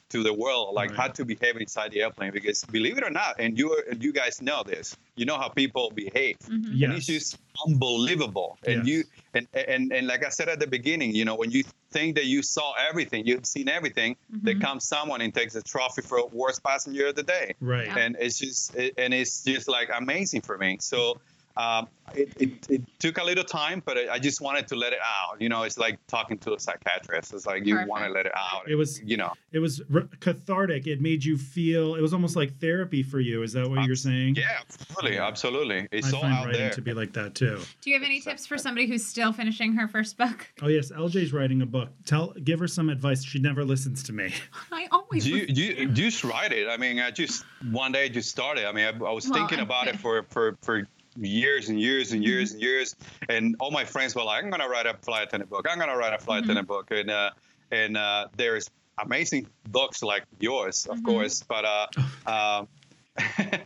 [SPEAKER 4] to the world, like
[SPEAKER 2] Right.
[SPEAKER 4] how to behave inside the airplane. Because believe it or not, and you and you guys know this. You know how people behave
[SPEAKER 3] Mm-hmm,
[SPEAKER 2] Yes.
[SPEAKER 4] and it's just unbelievable. And
[SPEAKER 2] Yes.
[SPEAKER 4] you and, and and like I said at the beginning, you know, when you think that you saw everything, you've seen everything,
[SPEAKER 3] mm-hmm.
[SPEAKER 2] Mm-hmm.
[SPEAKER 4] there comes someone and takes a trophy for worst passenger of the day,
[SPEAKER 2] Right.
[SPEAKER 4] and it's just it, and it's just like amazing for me. So. Um, it, it, it took a little time, but I I just wanted to let it out. You know, it's like talking to a psychiatrist. It's like you want to
[SPEAKER 3] Perfect.
[SPEAKER 4] let it out.
[SPEAKER 2] It was-
[SPEAKER 4] you know,
[SPEAKER 2] It was re- cathartic. It made you feel. It was almost like therapy for you. Is that what you're saying?
[SPEAKER 4] yeah, absolutely, absolutely.
[SPEAKER 2] I
[SPEAKER 4] It's all
[SPEAKER 2] find
[SPEAKER 4] out
[SPEAKER 2] writing
[SPEAKER 4] there.
[SPEAKER 2] to be like that too.
[SPEAKER 3] Do you have any tips for somebody who's still finishing her first book?
[SPEAKER 2] Oh yes, LJ's writing a book. Tell, give her some advice. She never listens to me.
[SPEAKER 3] I always
[SPEAKER 4] Do you, do you, do you just write it? I mean, I just one day just started. I mean, I, I was
[SPEAKER 3] Well,
[SPEAKER 4] thinking
[SPEAKER 3] I- Mm-hmm.
[SPEAKER 4] about it for, for, for years and years and years and years. And all my friends were like, I'm going to write a flight attendant book. I'm going to write a flight
[SPEAKER 3] Mm-hmm.
[SPEAKER 4] attendant book. And, uh, and uh, there's amazing books like yours,
[SPEAKER 3] Mm-hmm.
[SPEAKER 4] of course. But uh, um,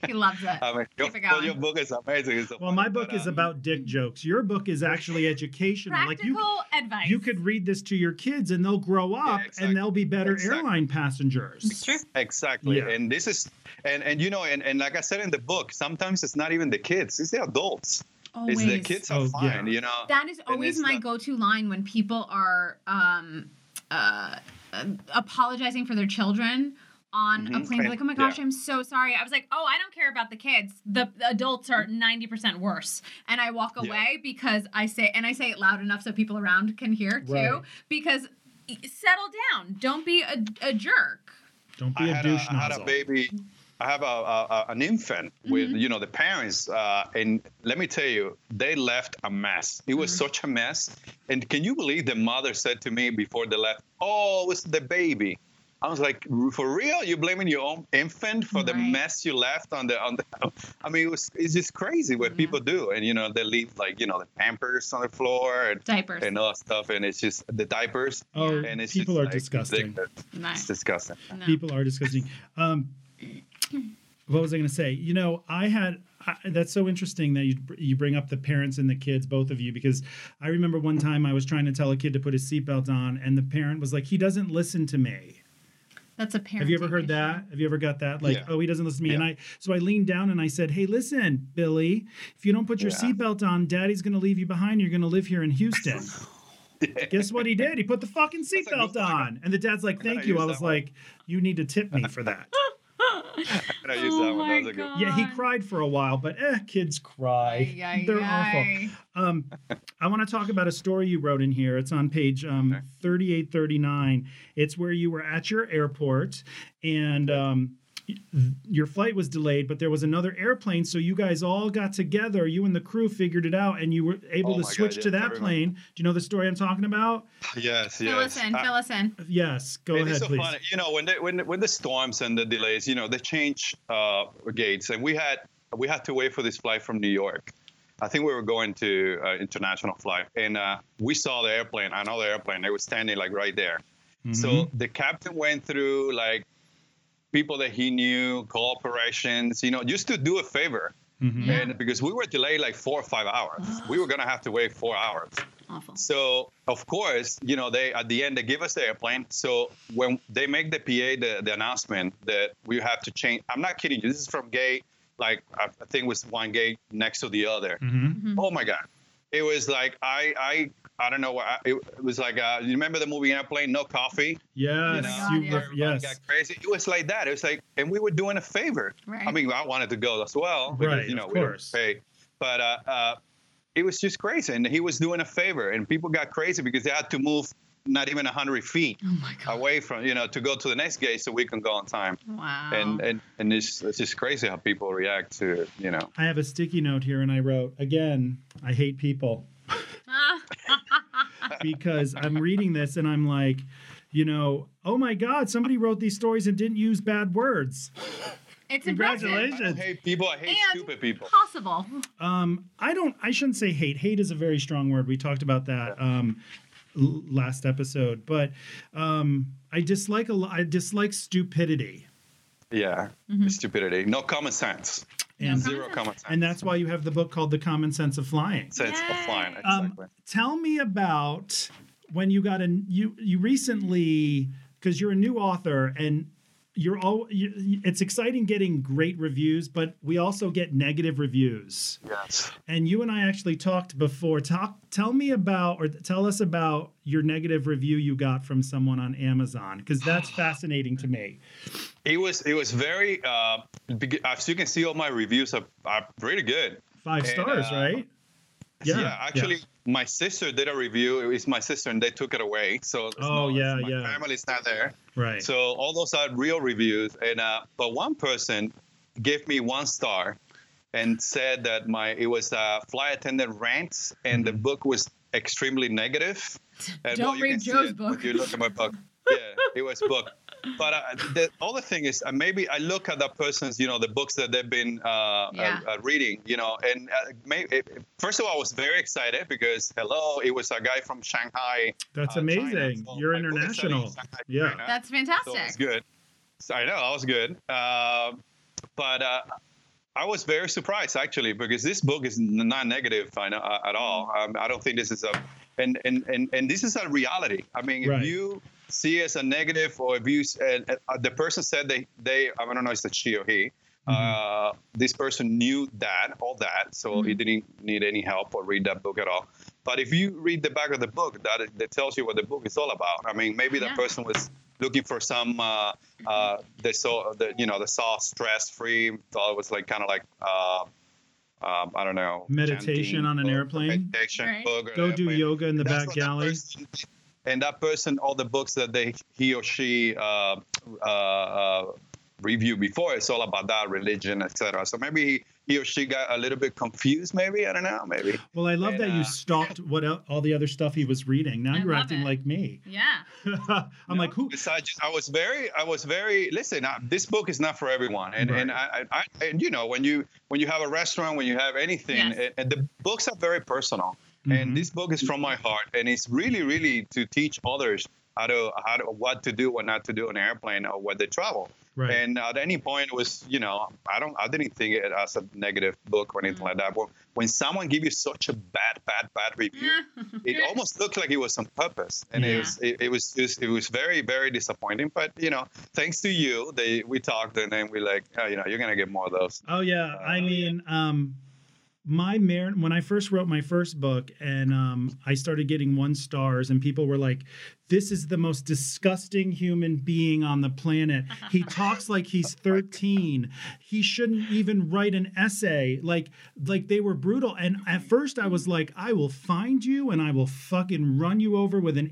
[SPEAKER 3] he loves it.
[SPEAKER 4] I mean, your,
[SPEAKER 3] Keep it going.
[SPEAKER 4] your book is amazing. It's so
[SPEAKER 2] Well,
[SPEAKER 4] funny,
[SPEAKER 2] my book
[SPEAKER 4] but,
[SPEAKER 2] is
[SPEAKER 4] uh,
[SPEAKER 2] about dick jokes. Your book is actually educational.
[SPEAKER 3] Practical
[SPEAKER 2] like you,
[SPEAKER 3] advice.
[SPEAKER 2] you could read this to your kids, and they'll grow up
[SPEAKER 4] exactly.
[SPEAKER 2] and they'll be better
[SPEAKER 4] Exactly.
[SPEAKER 2] airline passengers.
[SPEAKER 3] It's true.
[SPEAKER 4] Exactly.
[SPEAKER 2] Yeah.
[SPEAKER 4] And this is, and, and you know, and, and like I said in the book, sometimes it's not even the kids, it's the adults.
[SPEAKER 3] Always.
[SPEAKER 4] It's the kids are
[SPEAKER 2] Oh, yeah.
[SPEAKER 4] fine, you know.
[SPEAKER 3] That is
[SPEAKER 4] And
[SPEAKER 3] always
[SPEAKER 4] it's
[SPEAKER 3] my
[SPEAKER 4] not-
[SPEAKER 3] go-to line when people are um, uh, uh, apologizing for their children on a
[SPEAKER 4] Mhm.
[SPEAKER 3] plane. They're like, "Oh my gosh,
[SPEAKER 4] Yeah.
[SPEAKER 3] I'm so sorry." I was like, "Oh, I don't care about the kids. The, the adults are ninety percent worse." And I walk
[SPEAKER 4] Yeah.
[SPEAKER 3] away because I say, and I say it loud enough so people around can hear too.
[SPEAKER 2] Right.
[SPEAKER 3] Because y- settle down. Don't be a, a jerk.
[SPEAKER 2] Don't
[SPEAKER 4] I
[SPEAKER 2] be a
[SPEAKER 4] had
[SPEAKER 2] douche
[SPEAKER 4] I had
[SPEAKER 2] nozzle.
[SPEAKER 4] a baby. I have a, a, a- an infant
[SPEAKER 3] Mm-hmm.
[SPEAKER 4] with you know the parents, uh, and let me tell you, they left a mess. It
[SPEAKER 3] Mm-hmm.
[SPEAKER 4] was such a mess. And can you believe the mother said to me before they left, "Oh, it was the baby." I was like, "For real? You're blaming your own infant for the
[SPEAKER 3] Right.
[SPEAKER 4] mess you left on the on the." I mean, it was it's just crazy
[SPEAKER 3] Mm-hmm.
[SPEAKER 4] what people do, and you know they leave like you know the Pampers on the floor and
[SPEAKER 3] Diapers.
[SPEAKER 4] and all that stuff, and it's just the diapers.
[SPEAKER 2] Oh,
[SPEAKER 4] and it's
[SPEAKER 2] people
[SPEAKER 4] just,
[SPEAKER 2] are
[SPEAKER 4] like,
[SPEAKER 2] disgusting.
[SPEAKER 4] ridiculous.
[SPEAKER 3] No.
[SPEAKER 4] It's disgusting.
[SPEAKER 3] No.
[SPEAKER 2] People are disgusting. Um, what was I going to say? You know, I had. I, that's so interesting that you you bring up the parents and the kids, both of you, because I remember one time I was trying to tell a kid to put his seatbelt on, and the parent was like, "He doesn't listen to me."
[SPEAKER 3] That's a parent.
[SPEAKER 2] Have you ever heard that? Have you ever got that? Like,
[SPEAKER 4] Yeah.
[SPEAKER 2] oh, he doesn't listen to me.
[SPEAKER 4] Yeah.
[SPEAKER 2] And I, so I leaned down and I said, hey, listen, Billy, if you don't put your
[SPEAKER 4] Yeah.
[SPEAKER 2] seatbelt on, daddy's going to leave you behind. You're going to live here in Houston. Guess what he did? He put the fucking
[SPEAKER 4] a good
[SPEAKER 2] seatbelt
[SPEAKER 4] fucking-
[SPEAKER 2] on. And the dad's like, thank
[SPEAKER 4] I
[SPEAKER 2] you.
[SPEAKER 4] use
[SPEAKER 2] I
[SPEAKER 4] that
[SPEAKER 2] was
[SPEAKER 4] one.
[SPEAKER 2] like, you need to tip me for that.
[SPEAKER 4] And I used that one. That was a good.
[SPEAKER 2] yeah, he cried for a while, but eh, kids cry. They're awful. Um, I want to talk about a story you wrote in here. It's on page um, 3839. It's where you were at your airport and um, y- your flight was delayed, but there was another airplane. So you guys all got together. You and the crew figured it out and you were able
[SPEAKER 4] Oh
[SPEAKER 2] to
[SPEAKER 4] my God,
[SPEAKER 2] switch
[SPEAKER 4] yes,
[SPEAKER 2] to
[SPEAKER 4] I
[SPEAKER 2] that
[SPEAKER 4] remember.
[SPEAKER 2] plane. Do you know the story I'm talking about?
[SPEAKER 4] Yes,
[SPEAKER 3] Fill
[SPEAKER 4] yes.
[SPEAKER 3] us in.
[SPEAKER 4] Uh,
[SPEAKER 3] Fill us in.
[SPEAKER 2] Yes. Go
[SPEAKER 4] it is
[SPEAKER 2] ahead,
[SPEAKER 4] so
[SPEAKER 2] please.
[SPEAKER 4] funny. You know, when they, when when the storms and the delays, you know, they change uh, gates, and we had we had to wait for this flight from New York. I think we were going to uh, international flight, and uh, we saw the airplane,
[SPEAKER 2] Mm-hmm,
[SPEAKER 4] another airplane. They were standing like right there. So the captain went through like people that he knew, corporations, you know, just to do a favor.
[SPEAKER 2] Mhm.
[SPEAKER 3] Yeah.
[SPEAKER 4] And because we were delayed like four or five hours, we were gonna have to wait four hours.
[SPEAKER 3] Awful.
[SPEAKER 4] So of course, you know, they at the end they give us the airplane. So when they make the PA the, the announcement that we have to change, I'm not kidding you. This is from gate like I I think it was one gate next to the other.
[SPEAKER 2] Mhm.
[SPEAKER 3] Mm-hmm,
[SPEAKER 4] Oh my god, it was like I I I don't know what I, it, it was like. Uh, you remember the movie Airplane? No coffee.
[SPEAKER 2] Yes,
[SPEAKER 4] know,
[SPEAKER 2] you
[SPEAKER 3] yeah.
[SPEAKER 2] look-
[SPEAKER 4] Everybody
[SPEAKER 2] yes.
[SPEAKER 4] got crazy. It was like that. It was like, and we were doing a favor.
[SPEAKER 3] Right.
[SPEAKER 4] I mean, I wanted to go as well. because,
[SPEAKER 2] Right,
[SPEAKER 4] You know,
[SPEAKER 2] of
[SPEAKER 4] we didn't
[SPEAKER 2] course.
[SPEAKER 4] Pay. But uh, uh, it was just crazy, and he was doing a favor, and people got crazy because they had to move not even hundred feet
[SPEAKER 3] oh my god.
[SPEAKER 4] away from you know to go to the next gate so we can go on time.
[SPEAKER 3] Wow.
[SPEAKER 4] And uh, and and it's, it's just crazy how people react to you know.
[SPEAKER 2] I have a sticky note here, and I wrote again. I hate people.
[SPEAKER 3] Ah,
[SPEAKER 2] because I'm reading this and I'm like, you know, oh my God, somebody wrote these stories and didn't use bad words.
[SPEAKER 3] it's
[SPEAKER 4] I
[SPEAKER 2] Congratulations.
[SPEAKER 3] impressive.
[SPEAKER 4] don't hate people. I hate
[SPEAKER 3] And
[SPEAKER 4] stupid people.
[SPEAKER 3] Possible.
[SPEAKER 2] Um, I don't, I shouldn't say hate. Hate is a very strong word. We talked about that um, l- last episode, but um, I dislike a lo- I dislike stupidity.
[SPEAKER 4] Yeah,
[SPEAKER 3] Mm-hmm.
[SPEAKER 4] stupidity. No common sense.
[SPEAKER 2] And,
[SPEAKER 4] Zero common sense.
[SPEAKER 2] and that's why you have the book called The Common Sense of Flying.
[SPEAKER 4] sense of flying.
[SPEAKER 3] Yay.
[SPEAKER 2] Um,
[SPEAKER 4] Exactly.
[SPEAKER 2] Tell me about when you got a you you recently because you're a new author and you're all you, it's exciting getting great reviews, but we also get negative reviews.
[SPEAKER 4] yes.
[SPEAKER 2] And you and I actually talked before. Talk tell me about or tell us about your negative review you got from someone on Amazon because that's fascinating to me.
[SPEAKER 4] It was it was very uh, beg- as you can see, all my reviews are, are pretty good.
[SPEAKER 2] Five
[SPEAKER 4] And,
[SPEAKER 2] stars,
[SPEAKER 4] uh,
[SPEAKER 2] right?
[SPEAKER 4] Yeah, actually, my sister did a review. It's my sister, and they took it away. So it's
[SPEAKER 2] Oh,
[SPEAKER 4] not-
[SPEAKER 2] yeah,
[SPEAKER 4] my
[SPEAKER 2] yeah.
[SPEAKER 4] family's not there.
[SPEAKER 2] right.
[SPEAKER 4] So all those are real reviews. And uh, but one person gave me one star, and said that my it was uh, flight attendant rants, and the book was extremely negative. And,
[SPEAKER 3] Don't
[SPEAKER 4] you can
[SPEAKER 3] read
[SPEAKER 4] see
[SPEAKER 3] Joe's
[SPEAKER 4] it
[SPEAKER 3] book.
[SPEAKER 4] If you look at my book, yeah, it was book. But uh, the other thing is, uh, maybe I look at that person's, you know, the books that they've been uh,
[SPEAKER 3] Yeah.
[SPEAKER 4] uh, uh, reading, you know, and uh, may it, it- first of all, I was very excited because hello, it was a guy from Shanghai.
[SPEAKER 2] that's
[SPEAKER 4] uh, China.
[SPEAKER 2] amazing.
[SPEAKER 4] So
[SPEAKER 2] You're
[SPEAKER 4] my book is selling in
[SPEAKER 2] international.
[SPEAKER 4] Shanghai,
[SPEAKER 2] Yeah.
[SPEAKER 4] China.
[SPEAKER 3] That's
[SPEAKER 4] So it's
[SPEAKER 3] fantastic.
[SPEAKER 4] good. So I know that was good. Uh, but uh, I was very surprised actually because this book is n- not negative I know, uh, at all. Um, I don't think this is a and and and, and this is a reality. I mean,
[SPEAKER 2] Right.
[SPEAKER 4] if you see it as a negative or if you s- and, and, uh, the person said they they I don't know if it's a she or he. Uh,
[SPEAKER 2] Mm-hmm.
[SPEAKER 4] this person knew that all that, so he didn't need any help or read that book at all. But if you read the back of the book, that that tells you what the book is all about. I mean, maybe
[SPEAKER 3] Yeah.
[SPEAKER 4] that person was looking for some. Uh, uh,
[SPEAKER 2] Mm-hmm.
[SPEAKER 4] they saw the you know they saw stress free. Thought it was like kind of like uh, um, I don't know
[SPEAKER 2] Meditation
[SPEAKER 4] chanting
[SPEAKER 2] on an
[SPEAKER 4] book,
[SPEAKER 2] airplane?
[SPEAKER 4] Meditation
[SPEAKER 3] Right.
[SPEAKER 4] book or
[SPEAKER 2] Go do
[SPEAKER 4] airplane.
[SPEAKER 2] yoga in the
[SPEAKER 4] That's
[SPEAKER 2] back
[SPEAKER 4] what that
[SPEAKER 2] gallery.
[SPEAKER 4] person- and that person, all the books that they he or she uh, uh, uh, review before, it's all about that religion, etc. So maybe he, he or she got a little bit confused. Maybe I don't know. Maybe.
[SPEAKER 2] Well, I love
[SPEAKER 4] And,
[SPEAKER 2] that you
[SPEAKER 4] uh,
[SPEAKER 2] stalked what el- all the other stuff he was reading. Now
[SPEAKER 3] I
[SPEAKER 2] you're
[SPEAKER 3] love
[SPEAKER 2] acting
[SPEAKER 3] it.
[SPEAKER 2] like me.
[SPEAKER 3] Yeah.
[SPEAKER 2] I'm like, who?
[SPEAKER 4] It's- I, just- I was very, I was very. Listen, I, this book is not for everyone, and and I, I, I- and you know when you when you have a restaurant, when you have anything,
[SPEAKER 3] Yes.
[SPEAKER 4] and, and the books are very personal.
[SPEAKER 2] Mhm.
[SPEAKER 4] And this book is from my heart, and it's really, really to teach others how to how to what to do, what not to do on an airplane, or what they travel.
[SPEAKER 2] Right.
[SPEAKER 4] And at any point it was, you know, I don't, I didn't think it as a negative book or anything like that. But when someone give you such a bad, bad, bad review, it almost looked like it was on purpose and
[SPEAKER 2] Yeah.
[SPEAKER 4] it was it, it was just it was very very disappointing but you know thanks to you they we talked and then we like oh, you know you're gonna get more of those
[SPEAKER 2] Oh yeah, I
[SPEAKER 4] Uh,
[SPEAKER 2] mean, um, my mar- when I first wrote my first book and um, I started getting one stars and people were like, "This is the most disgusting human being on the planet. He talks like he's 13. He shouldn't even write an essay." Like, like they were brutal. And at first, I was like, "I will find you and I will fucking run you over with an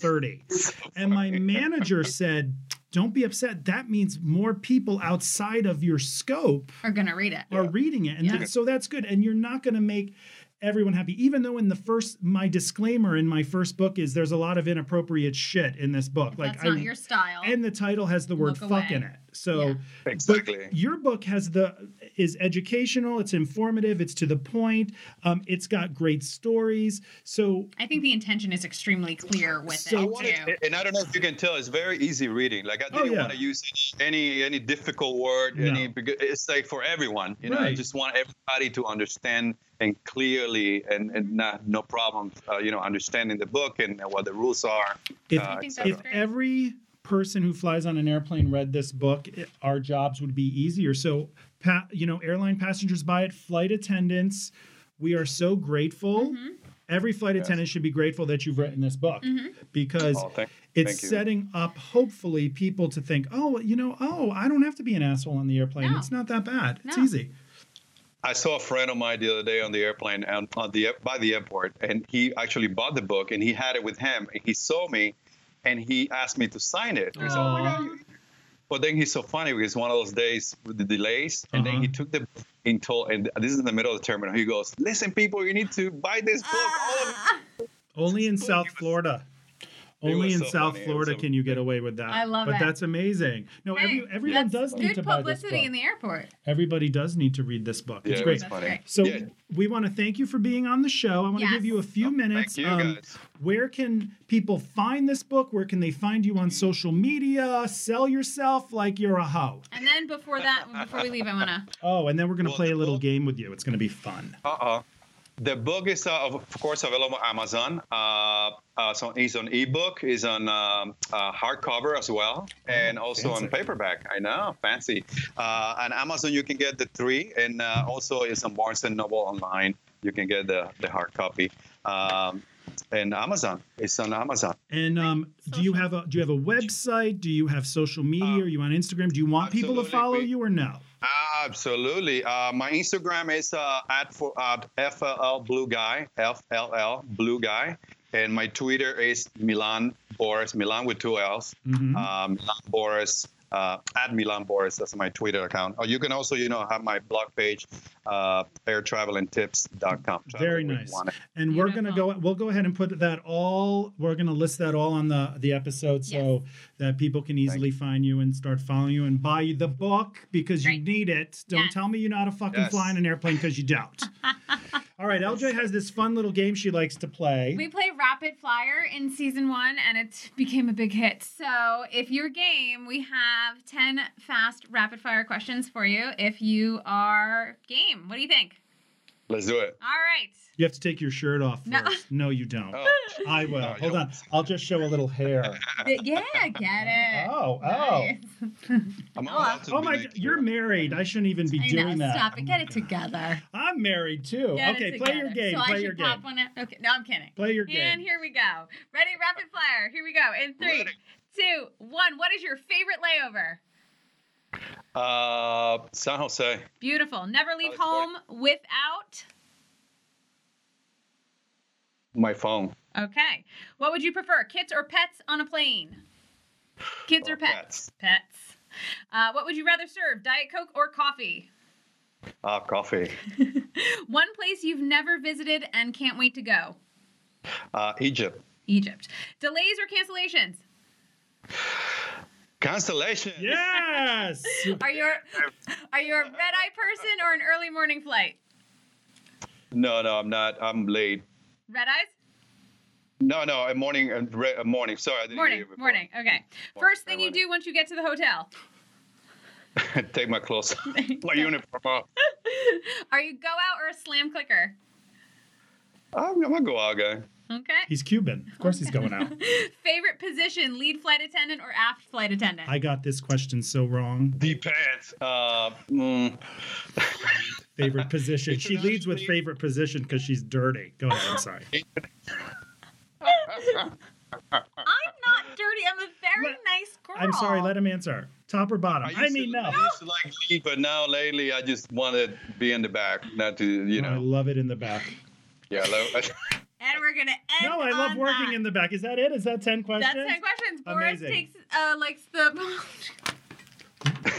[SPEAKER 2] A330." and my manager said. Don't be upset. That means more people outside of your scope
[SPEAKER 3] Are gonna read it.
[SPEAKER 2] are reading it and
[SPEAKER 3] Yeah.
[SPEAKER 2] that, so that's good and you're not going to make everyone happy. Even though in the first, my disclaimer in my first book is there's a lot of inappropriate shit in this book. Like,
[SPEAKER 3] That's not your style.
[SPEAKER 2] and the title has the word
[SPEAKER 3] Look
[SPEAKER 2] "fuck" in
[SPEAKER 3] away.
[SPEAKER 2] it. So.
[SPEAKER 3] Yeah.
[SPEAKER 4] Exactly.
[SPEAKER 2] Your book has the is educational. It's informative. It's to the point. Um, it's got great stories. So
[SPEAKER 3] I think the intention is extremely clear with
[SPEAKER 2] So
[SPEAKER 4] I
[SPEAKER 3] it
[SPEAKER 4] wanted,
[SPEAKER 3] too.
[SPEAKER 4] and I don't know if you can tell, it's very easy reading. Like I
[SPEAKER 2] Oh,
[SPEAKER 4] didn't
[SPEAKER 2] yeah.
[SPEAKER 4] want to use any any difficult word.
[SPEAKER 2] No.
[SPEAKER 4] Any because it's like for everyone. You know, I
[SPEAKER 2] Right.
[SPEAKER 4] just want everybody to understand and clearly and, and not no problem. Uh, you know, understanding the book and what the rules are.
[SPEAKER 2] if
[SPEAKER 4] Uh,
[SPEAKER 3] I think
[SPEAKER 4] et
[SPEAKER 3] that's
[SPEAKER 2] if
[SPEAKER 4] cetera.
[SPEAKER 3] great.
[SPEAKER 2] every person who flies on an airplane read this book, it- our jobs would be easier. So, pa- you know, airline passengers buy it, flight attendants, we are so grateful.
[SPEAKER 3] Mm-hmm.
[SPEAKER 2] Every flight
[SPEAKER 4] Yes.
[SPEAKER 2] attendant should be grateful that you've written this book because
[SPEAKER 4] Oh, thank-
[SPEAKER 2] it's
[SPEAKER 4] thank you.
[SPEAKER 2] setting up, hopefully, people to think, oh, you know, oh, I don't have to be an asshole on the airplane.
[SPEAKER 3] No.
[SPEAKER 2] It's not that bad. It's
[SPEAKER 3] No.
[SPEAKER 2] easy.
[SPEAKER 4] I saw a friend of mine the other day on the airplane and on the air- by the airport, and he actually bought the book and he had it with him. And he saw me, and he asked me to sign it. He was, "Oh my God, you-" But then he's so funny because it's one of those days with the delays, and then
[SPEAKER 2] Uh-huh.
[SPEAKER 4] he took the book and told, and this is in the middle of the terminal. He goes, "Listen, people, you need to buy this book. All of
[SPEAKER 2] Only in
[SPEAKER 4] book,
[SPEAKER 2] South
[SPEAKER 4] it was-
[SPEAKER 2] Florida.
[SPEAKER 4] it
[SPEAKER 2] Only
[SPEAKER 4] was
[SPEAKER 2] in
[SPEAKER 4] so
[SPEAKER 2] South
[SPEAKER 4] funny. It was
[SPEAKER 2] Florida
[SPEAKER 4] so-
[SPEAKER 2] can you get away with that.
[SPEAKER 3] I love
[SPEAKER 2] but
[SPEAKER 3] it.
[SPEAKER 2] that's amazing. No,
[SPEAKER 3] Hey,
[SPEAKER 2] every, everyone
[SPEAKER 3] that's
[SPEAKER 2] does need
[SPEAKER 3] good
[SPEAKER 2] to buy this book.
[SPEAKER 3] publicity in the airport.
[SPEAKER 2] Everybody does need to read this book.
[SPEAKER 4] Yeah,
[SPEAKER 2] it's
[SPEAKER 4] it
[SPEAKER 2] great.
[SPEAKER 4] was
[SPEAKER 3] That's
[SPEAKER 4] funny.
[SPEAKER 3] great.
[SPEAKER 2] So
[SPEAKER 4] Yeah. Oh,
[SPEAKER 2] we want to thank you for being on the show. I want
[SPEAKER 3] Yes.
[SPEAKER 2] to give you a few minutes. um,
[SPEAKER 4] you, guys.
[SPEAKER 2] Where can people find this book? Where can they find you on social media? Sell yourself like you're a hoe.
[SPEAKER 3] And then before that, before we leave, I want to.
[SPEAKER 2] Oh, and then we're going to
[SPEAKER 4] Well,
[SPEAKER 2] play a
[SPEAKER 4] the
[SPEAKER 2] little
[SPEAKER 4] book-
[SPEAKER 2] game with you. It's going to be fun.
[SPEAKER 4] Uh-uh. The book is, uh, of of course, available on Amazon. Uh, uh, so it's on ebook, is on um, uh, hardcover as well, and also on
[SPEAKER 2] Oh, fancy.
[SPEAKER 4] paperback. I know, fancy. Uh, on Amazon, you can get the three, and uh, also it's on Barnes and Noble online. You can get the, the hard copy. Um, and Amazon, it's on Amazon.
[SPEAKER 2] And um, do you have a do you have a website? Do you have social media? Are you on Instagram? Do you want people to
[SPEAKER 4] Um, absolutely,
[SPEAKER 2] follow
[SPEAKER 4] we-
[SPEAKER 2] you or no?
[SPEAKER 4] Absolutely. Uh, my Instagram is uh, at for at FLL Blue Guy, FLL Blue Guy, and my Twitter is Milan Boris, Milan with two L's.
[SPEAKER 2] Mhm.
[SPEAKER 4] Uh, Milan Boris uh, at Milan Boris. That's my Twitter account. Or you can also, you know, have my blog page, uh, airtravelandtips.com.
[SPEAKER 2] Very
[SPEAKER 4] Travel with
[SPEAKER 2] nice.
[SPEAKER 4] one.
[SPEAKER 2] And we're gonna go. We'll go ahead and put that all. We're gonna list that all on the the episode so that people can easily find you and start following you and buy the book because you
[SPEAKER 3] Right.
[SPEAKER 2] need it. Don't
[SPEAKER 3] Yes.
[SPEAKER 2] tell me you know how to fucking
[SPEAKER 4] Yes.
[SPEAKER 2] fly in an airplane because you don't. all right, LJ has this fun little game she likes to play.
[SPEAKER 3] We played Rapid Flyer in season one, and it became a big hit. So, if you're game, we have ten fast rapid fire questions for you. If you are game, what do you think?
[SPEAKER 4] Let's do it.
[SPEAKER 3] All right.
[SPEAKER 2] you have to take your shirt off
[SPEAKER 3] No.
[SPEAKER 2] first. No, you don't.
[SPEAKER 4] Oh,
[SPEAKER 2] I will.
[SPEAKER 4] No, you
[SPEAKER 2] Hold
[SPEAKER 4] don't.
[SPEAKER 2] on. I'll just show a little hair.
[SPEAKER 3] Th- Yeah, get it.
[SPEAKER 2] Oh, oh.
[SPEAKER 3] Nice.
[SPEAKER 4] I'm allowed to
[SPEAKER 2] Oh
[SPEAKER 4] be
[SPEAKER 2] my!
[SPEAKER 4] naked.
[SPEAKER 2] God, you're married. I shouldn't even be
[SPEAKER 3] I
[SPEAKER 2] doing
[SPEAKER 3] know.
[SPEAKER 2] that.
[SPEAKER 3] Stop it. Get it together.
[SPEAKER 2] I'm married too.
[SPEAKER 3] Get it
[SPEAKER 2] okay, play your
[SPEAKER 3] together.
[SPEAKER 2] game.
[SPEAKER 3] So I
[SPEAKER 2] play
[SPEAKER 3] should
[SPEAKER 2] your game.
[SPEAKER 3] pop one out? Okay, no, I'm kidding.
[SPEAKER 2] Play your
[SPEAKER 3] And
[SPEAKER 2] game.
[SPEAKER 3] here we go. Ready, rapid fire. Here we go. In three,
[SPEAKER 4] Ready.
[SPEAKER 3] two, one. What is your favorite layover?
[SPEAKER 4] Uh, San Jose.
[SPEAKER 3] Beautiful. Never leave
[SPEAKER 4] it's boring.
[SPEAKER 3] home without.
[SPEAKER 4] My phone.
[SPEAKER 3] Okay. What would you prefer, kids or pets on a plane? Kids or
[SPEAKER 4] Oh,
[SPEAKER 3] pets? Pets. Uh, what would you rather serve, Diet Coke or coffee?
[SPEAKER 4] Ah, coffee.
[SPEAKER 3] One place you've never visited and can't wait to go.
[SPEAKER 4] Uh, Egypt.
[SPEAKER 3] Egypt. Delays or cancellations?
[SPEAKER 4] Cancellation.
[SPEAKER 2] Yes.
[SPEAKER 3] Are you a- are you a red eye person or an early morning flight?
[SPEAKER 4] No, no, I'm not. I'm late.
[SPEAKER 3] Red eyes?
[SPEAKER 4] No, no, a morning, a re- a morning. Sorry, I didn't hear
[SPEAKER 3] Morning,
[SPEAKER 4] you before.
[SPEAKER 3] morning. Okay. First thing you
[SPEAKER 4] morning.
[SPEAKER 3] do once you get to the hotel.
[SPEAKER 4] Take my clothes, my uniform off.
[SPEAKER 3] Are you go out or a slam clicker?
[SPEAKER 4] I'm, I'm gonna go out, guy.
[SPEAKER 3] Okay.
[SPEAKER 2] He's Cuban. Of course he's going out.
[SPEAKER 3] Favorite position, lead flight attendant or aft flight attendant?
[SPEAKER 2] I got this question so wrong.
[SPEAKER 4] Depends. Uh, mm,
[SPEAKER 2] Favorite position. She leads with
[SPEAKER 4] Internationally-
[SPEAKER 2] favorite position because she's dirty. Go ahead. I'm sorry.
[SPEAKER 3] I'm not dirty. I'm a very
[SPEAKER 2] Let-
[SPEAKER 3] nice girl.
[SPEAKER 2] I'm sorry. Let him answer. Top or bottom? I,
[SPEAKER 4] used
[SPEAKER 2] mean,
[SPEAKER 4] to,
[SPEAKER 2] no.
[SPEAKER 4] I used to like lead, but now lately I just want to be in the back, not to, you
[SPEAKER 2] I
[SPEAKER 4] know.
[SPEAKER 2] love it in the back.
[SPEAKER 4] Yeah, lo-
[SPEAKER 3] And we're gonna end.
[SPEAKER 2] No, I love
[SPEAKER 3] on
[SPEAKER 2] working
[SPEAKER 3] that.
[SPEAKER 2] in the back. Is that it? Is that 10
[SPEAKER 3] That's
[SPEAKER 2] questions?
[SPEAKER 3] uh, ten questions. Boris
[SPEAKER 2] Amazing.
[SPEAKER 3] takes uh, likes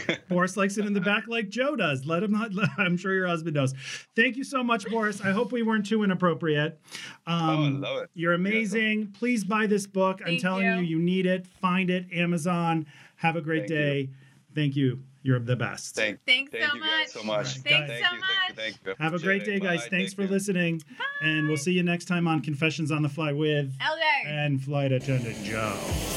[SPEAKER 3] the.
[SPEAKER 2] Boris likes it in the back like Joe does. Let him not. I'm sure your husband knows. Thank you so much, Boris. I hope we weren't too inappropriate. Um,
[SPEAKER 4] Oh, I love it.
[SPEAKER 2] You're amazing. Please buy this book. I'm
[SPEAKER 3] Thank
[SPEAKER 2] telling you.
[SPEAKER 3] you.
[SPEAKER 2] you, need it. Find it. Amazon. Have a great
[SPEAKER 4] Thank
[SPEAKER 2] day. Thank you. You're the best.
[SPEAKER 4] Thank,
[SPEAKER 3] Thanks
[SPEAKER 4] thank
[SPEAKER 3] so
[SPEAKER 4] you
[SPEAKER 3] much.
[SPEAKER 4] guys so much.
[SPEAKER 2] Right,
[SPEAKER 3] Thanks
[SPEAKER 4] thank
[SPEAKER 3] so
[SPEAKER 4] you,
[SPEAKER 3] much.
[SPEAKER 4] Thank you, thank you.
[SPEAKER 2] Have a great
[SPEAKER 4] Appreciate
[SPEAKER 2] day,
[SPEAKER 4] it.
[SPEAKER 2] guys.
[SPEAKER 4] Bye.
[SPEAKER 2] Thanks for
[SPEAKER 4] Thank you.
[SPEAKER 2] listening. And we'll see you next time on Confessions on the Fly with
[SPEAKER 3] LJ.
[SPEAKER 2] and Flight Attendant Joe.